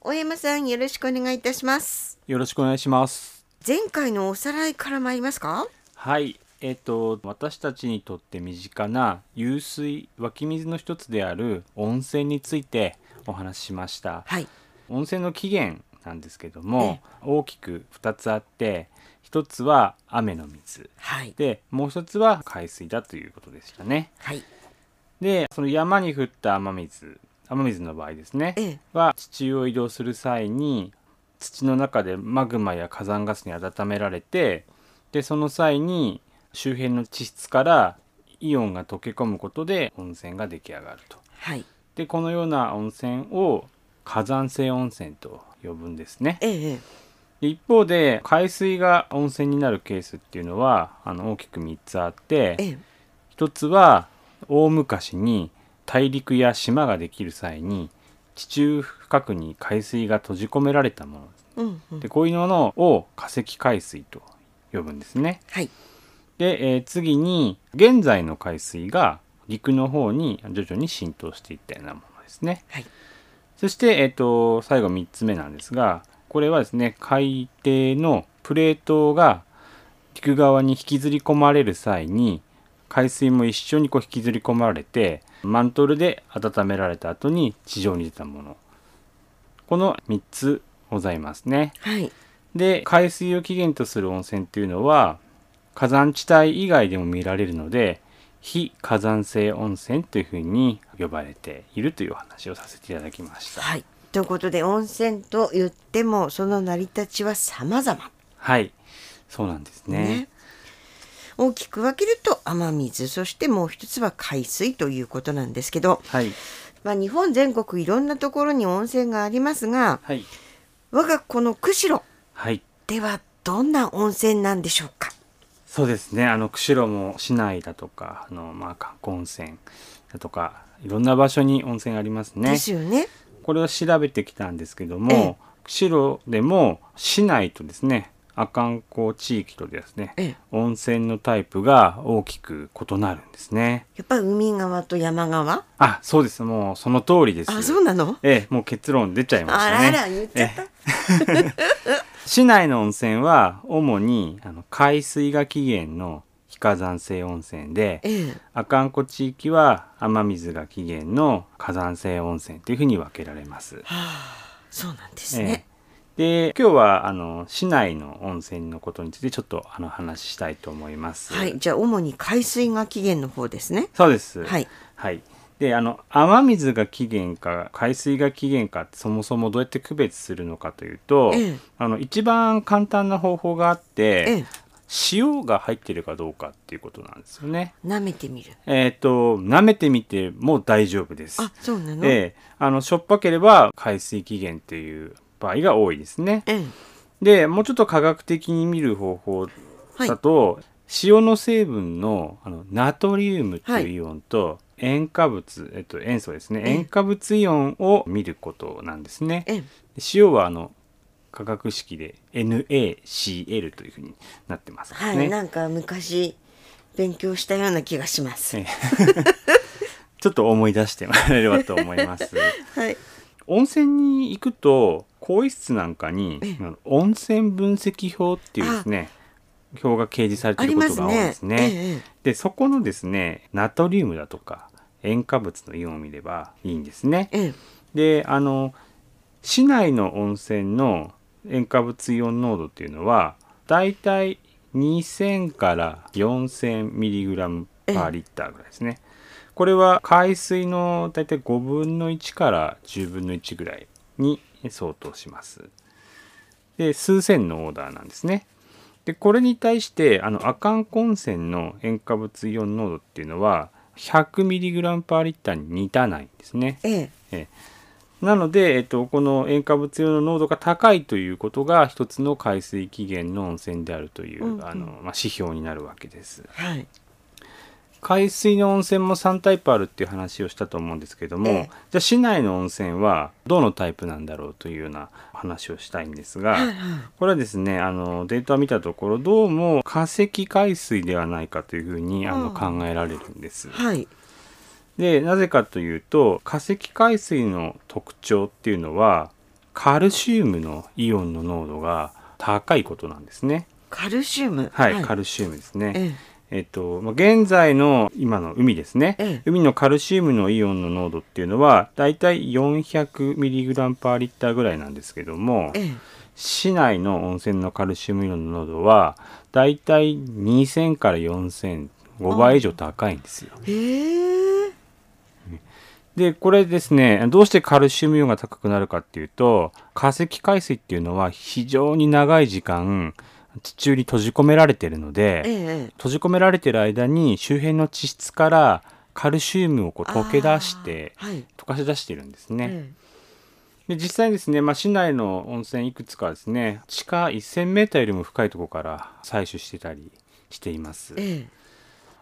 大山さんよろしくお願いいたしますよろしくお願いします。前回のおさらいから参りますかはい。えっと、私たちにとって身近な湧水、湧き水の一つである温泉についてお話ししました。はい温泉の起源なんですけども、大きく2つあって、一つは雨の水。はいで、もう一つは海水だということでしたね。はいで、その山に降った雨水、雨水の場合ですね。ええは地中を移動する際に土の中でマグマや火山ガスに温められてでその際に周辺の地質からイオンが溶け込むことで温泉が出来上がるとはいでこのような温泉を火山性温泉と呼ぶんですねええで一方で海水が温泉になるケースっていうのはあの大きく3つあってええ一つは大昔に大陸や島ができる際に地中深くに海水が閉じ込められたもうんうのんでこういうものを化石海水と呼ぶんですね。はいで、えー次に現在の海水が陸の方に徐々に浸透していったようなものですね。はいそして、えー、と最後3つ目なんですがこれはですね海底のプレートが陸側に引きずり込まれる際に海水も一緒にこう引きずり込まれてマントルで温められた後に地上に出たものこの3つございますね。はいで海水を起源とする温泉というのは火山地帯以外でも見られるので非火山性温泉というふうに呼ばれているというお話をさせていただきました。はいということで温泉と言ってもその成り立ちは様々はい、そうなんですね。ね大きく分けると雨水そしてもう一つは海水ということなんですけど、はい、まあ、日本全国いろんなところに温泉がありますがはい、我がこの釧路はい、ではどんな温泉なんでしょうかそうですね。あの釧路も市内だとか、あのまあ観光温泉だとか、いろんな場所に温泉がありますねで。すよね。これを調べてきたんですけどえもえ、釧路でも市内とですね、阿寒湖地域とですね、ええ温泉のタイプが大きく異なるんですね。やっぱり海側と山側。あ、そうです。もうその通りです。あ、そうなの。ええ、もう結論出ちゃいましたあね。らあら、言っちゃった。 市内の温泉は主にあの海水が起源の非火山性温泉でええ、阿寒湖地域は雨水が起源の火山性温泉というふうに分けられます。そうなんですね。ええで今日はあの市内の温泉のことについてちょっとあの話したいと思います。はい、じゃあ、主に海水が起源の方ですね。そうです。はい。はい。で、あの雨水が起源か海水が起源かってそもそもどうやって区別するのかというと、ええあの一番簡単な方法があって、ええ、塩が入ってるかどうかっていうことなんですよね。舐めてみる。えっ、と舐めてみても大丈夫です。あ、そうなの。えで、あのしょっぱければ海水起源っていう場合が多いですね。え、で、もうちょっと科学的に見る方法はいだ。と、塩の成分のあのナトリウムっていうイオンと、塩化物、えっと、塩素ですねええ塩化物イオンを見ることなんですね。ええ、で塩はあの化学式で NaCl というふうになってますはい、ね。なんか昔。勉強したような気がします。ええちょっと思い出してもらえればと思 います。はい。温泉に行くと更衣室なんかにええあの温泉分析表っていうですね表が掲示されてあいりるまことすが多いね。ですね。ええでそこのですねナトリウムだとか塩化物のイオンを見ればいいんですね。ええ、であの市内の温泉の塩化物イオン濃度っていうのはだいたい2000から4000ミリグラムパーリッターぐらいですね。これは海水のだいたい5分の1から10分の1ぐらいに相当します。で数千のオーダーなんですね。でこれに対してあの阿寒湖温泉の塩化物イオン濃度っていうのは100ミリグラムパーリッターに満たないんですね。ええ、ええなので、えっと、この塩化物用の濃度が高いということが一つの海水起源の温泉であるという、うんうんあのまあ、指標になるわけですはい。海水の温泉も3タイプあるっていう話をしたと思うんですけども、ええじゃあ市内の温泉はどのタイプなんだろうというような話をしたいんですが、はい、はこれはですねあのデータを見たところどうも化石海水ではないかというふうにあのうん考えられるんです。い。はい。でなぜかというと化石海水の特徴っていうのはカルシウムのイオンの濃度が高いことなんですね。カルシウム。はい、カルシウムですね。ええっと、まあ現在の今の海ですね、ええ海のカルシウムのイオンの濃度っていうのはだいたい 400mg パーリッターぐらいなんですけどもえええ市内の温泉のカルシウムイオンの濃度はだいたい2000から4000 5倍以上高いんですよ。へえでこれですねどうしてカルシウムイオンが高くなるかっていうと化石海水っていうのは非常に長い時間地中に閉じ込められてるので、ええ閉じ込められてる間に周辺の地質からカルシウムをこう溶け出してあーはい溶かし出してるんですね、えで実際にですね、まあ、市内の温泉いくつかはですね地下 1000m よりも深いところから採取してたりしていますええ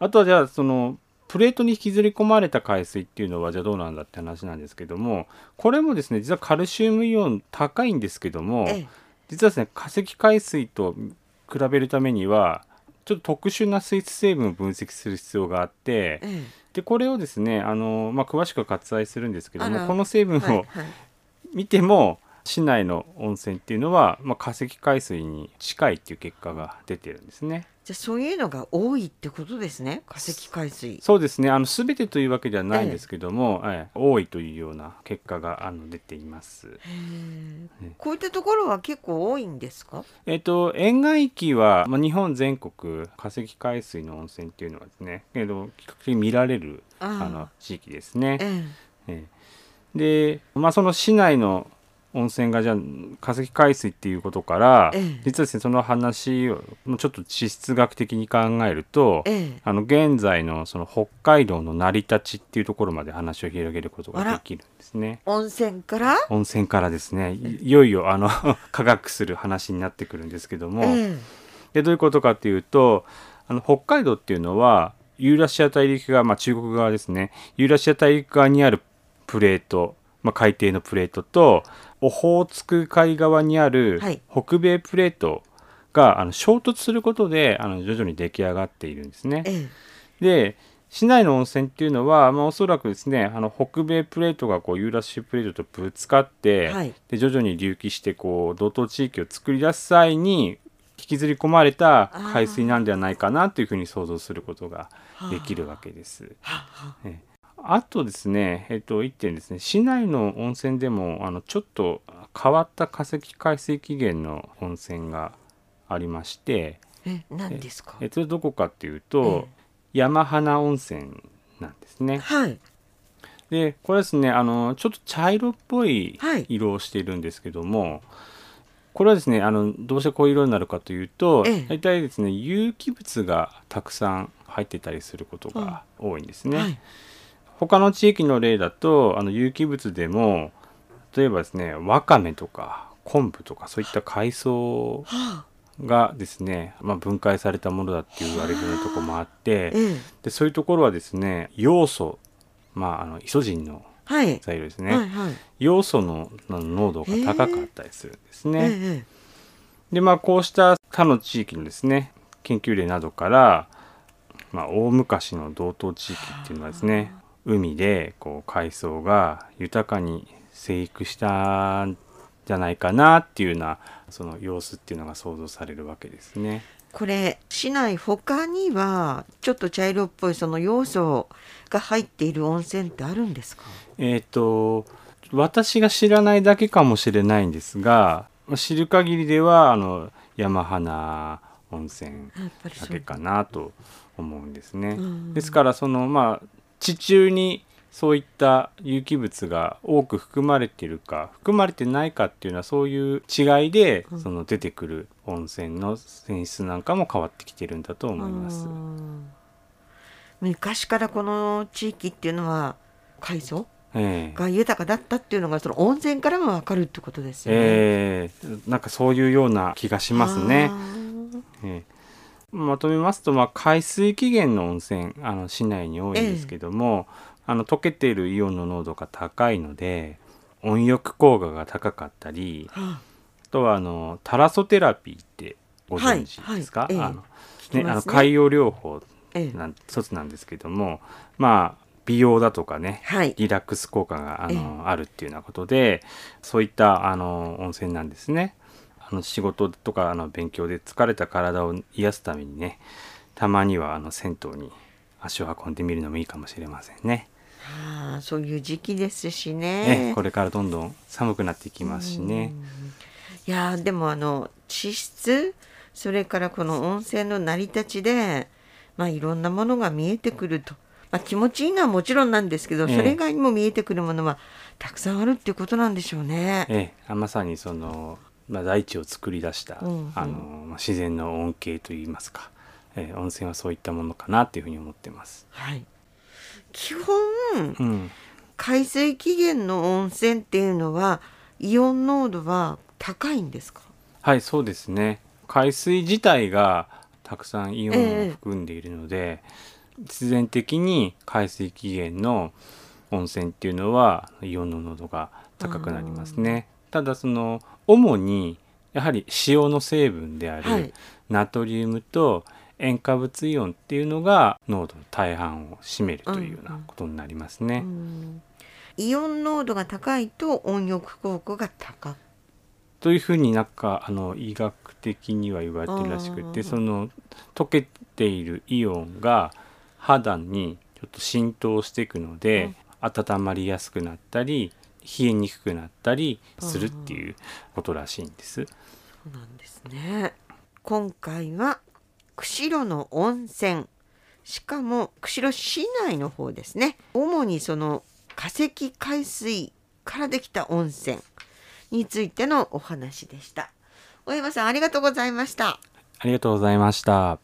あとはじゃあそのプレートに引きずり込まれた海水っていうのはじゃあどうなんだって話なんですけどもこれもですね実はカルシウムイオン高いんですけども、ええ実はですね化石海水と比べるためにはちょっと特殊な水質成分を分析する必要があっえてえでこれをですねあの、まあ、詳しくは割愛するんですけどあらもこの成分はいをはい見ても市内の温泉っていうのは、まあ、化石海水に近いっていう結果が出てるんですね。じゃあそういうのが多いってことですね化石海水そうですねあの全てというわけではないんですけども、ええ多いというような結果があの出ています。へえこういったところは結構多いんですかえっと、沿岸域は、まあ、日本全国化石海水の温泉っていうのはですねけど比較的見られるあーあの地域ですね。えええで、まあ、その市内の温泉がじゃあ化石海水っていうことから、ええ実はですねその話をもうちょっと地質学的に考えると、えええあの現在のその北海道の成り立ちっていうところまで話を広げることができるんですね。温泉から温泉からですねいいよいよあの 科学する話になってくるんですけども、えでどういうことかっていうとあの北海道っていうのはユーラシア大陸側、まあ、中国側ですねユーラシア大陸側にあるプレート、まあ、海底のプレートとオホーツク海側にあるはい北米プレートが、あの衝突することであの徐々に出来上がっているんですね。ええで市内の温泉っていうのは、まあ、おそらくですねあの北米プレートがこうユーラシアプレートとぶつかって、はいで徐々に隆起してこう同等地域を作り出す際に引きずり込まれた海水なんではないかなというふうに想像することができるわけです。ははあとですね、えっと、1点ですね、市内の温泉でも、あのちょっと変わった化石海水起源の温泉がありまして、え何ですかえそれどこかっていうと、山花温泉なんですね。はいでこれですねあのちょっと茶色っぽいはい色をしているんですけども、これはですねあのどうしてこういう色になるかというと、ええ大体ですね有機物がたくさん入ってたりすることが多いんですね。はい他の地域の例だとあの有機物でも例えばですねわかめとか昆布とかそういった海藻はあがですね、まあ、分解されたものだって言われるようなとこもあってええでそういうところはですね要素まああのイソジンのはい材料ですね、はいはい要素のあの濃度が高かったりするんですね。ええでまあこうした他の地域のですね研究例などから、まあ、大昔の道東地域っていうのはですね海でこう海藻が豊かに生育したんじゃないかなっていうようなその様子っていうのが想像されるわけですね。これ市内他にはちょっと茶色っぽいその要素が入っている温泉ってあるんですかえっ、と私が知らないだけかもしれないんですがまあ知る限りではあの山花温泉やっぱりそだうけかなと思うんですねうん。ですからそのまあ地中にそういった有機物が多く含まれているか含まれてないかっていうのはそういう違いでうんその出てくる温泉の泉質なんかも変わってきてるんだと思いますう。ん昔からこの地域っていうのは海藻ええが豊かだったっていうのがその温泉からもわかるってことですよね。ええなんかそういうような気がしますね。あーええまとめますと、まあ、海水起源の温泉あの市内に多いんですけども、あの溶けているイオンの濃度が高いので温浴効果が高かったりはあとはあのタラソテラピーってご存知はいですか、はいええあ聞のきねあまのすね海洋療法ええなん一つなんですけどもまあ美容だとかねはいリラックス効果があのあるっていうようなことでそういったあの温泉なんですね。あの仕事とかあの勉強で疲れた体を癒すためにねたまにはあの銭湯に足を運んでみるのもいいかもしれませんね。ああそういう時期ですしねねこれからどんどん寒くなっていきますしね。いやーでもあの地質それからこの温泉の成り立ちで、まあ、いろんなものが見えてくると、まあ、気持ちいいのはもちろんなんですけど、ええそれ以外にも見えてくるものはたくさんあるっていうことなんでしょうね。ええ、まさにその、まあ、大地を作り出した、うんうんあのまあ自然の恩恵といいますか、ええ、温泉はそういったものかなというふうに思ってます。はい、基本うん、海水起源の温泉っていうのはイオン濃度は高いんですかはいそうですね海水自体がたくさんイオンええを含んでいるので、必然的に海水起源の温泉っていうのはイオンの濃度が高くなりますね。ただその主にやはり塩の成分である、はいナトリウムと塩化物イオンっていうのが濃度の大半を占めるというようなことになりますね。うんイオン濃度が高いと温浴効果が高くというふうになんかあの医学的には言われてるらしくうんうんうてんその溶けているイオンが肌にちょっと浸透していくので、温まりやすくなったり冷えにくくなったりするっていうことらしいんでそす。うなんですね。今回は釧路の温泉しかも釧路市内の方ですね主にその化石海水からできた温泉についてのお話でした。大山さんありがとうございました。ありがとうございました。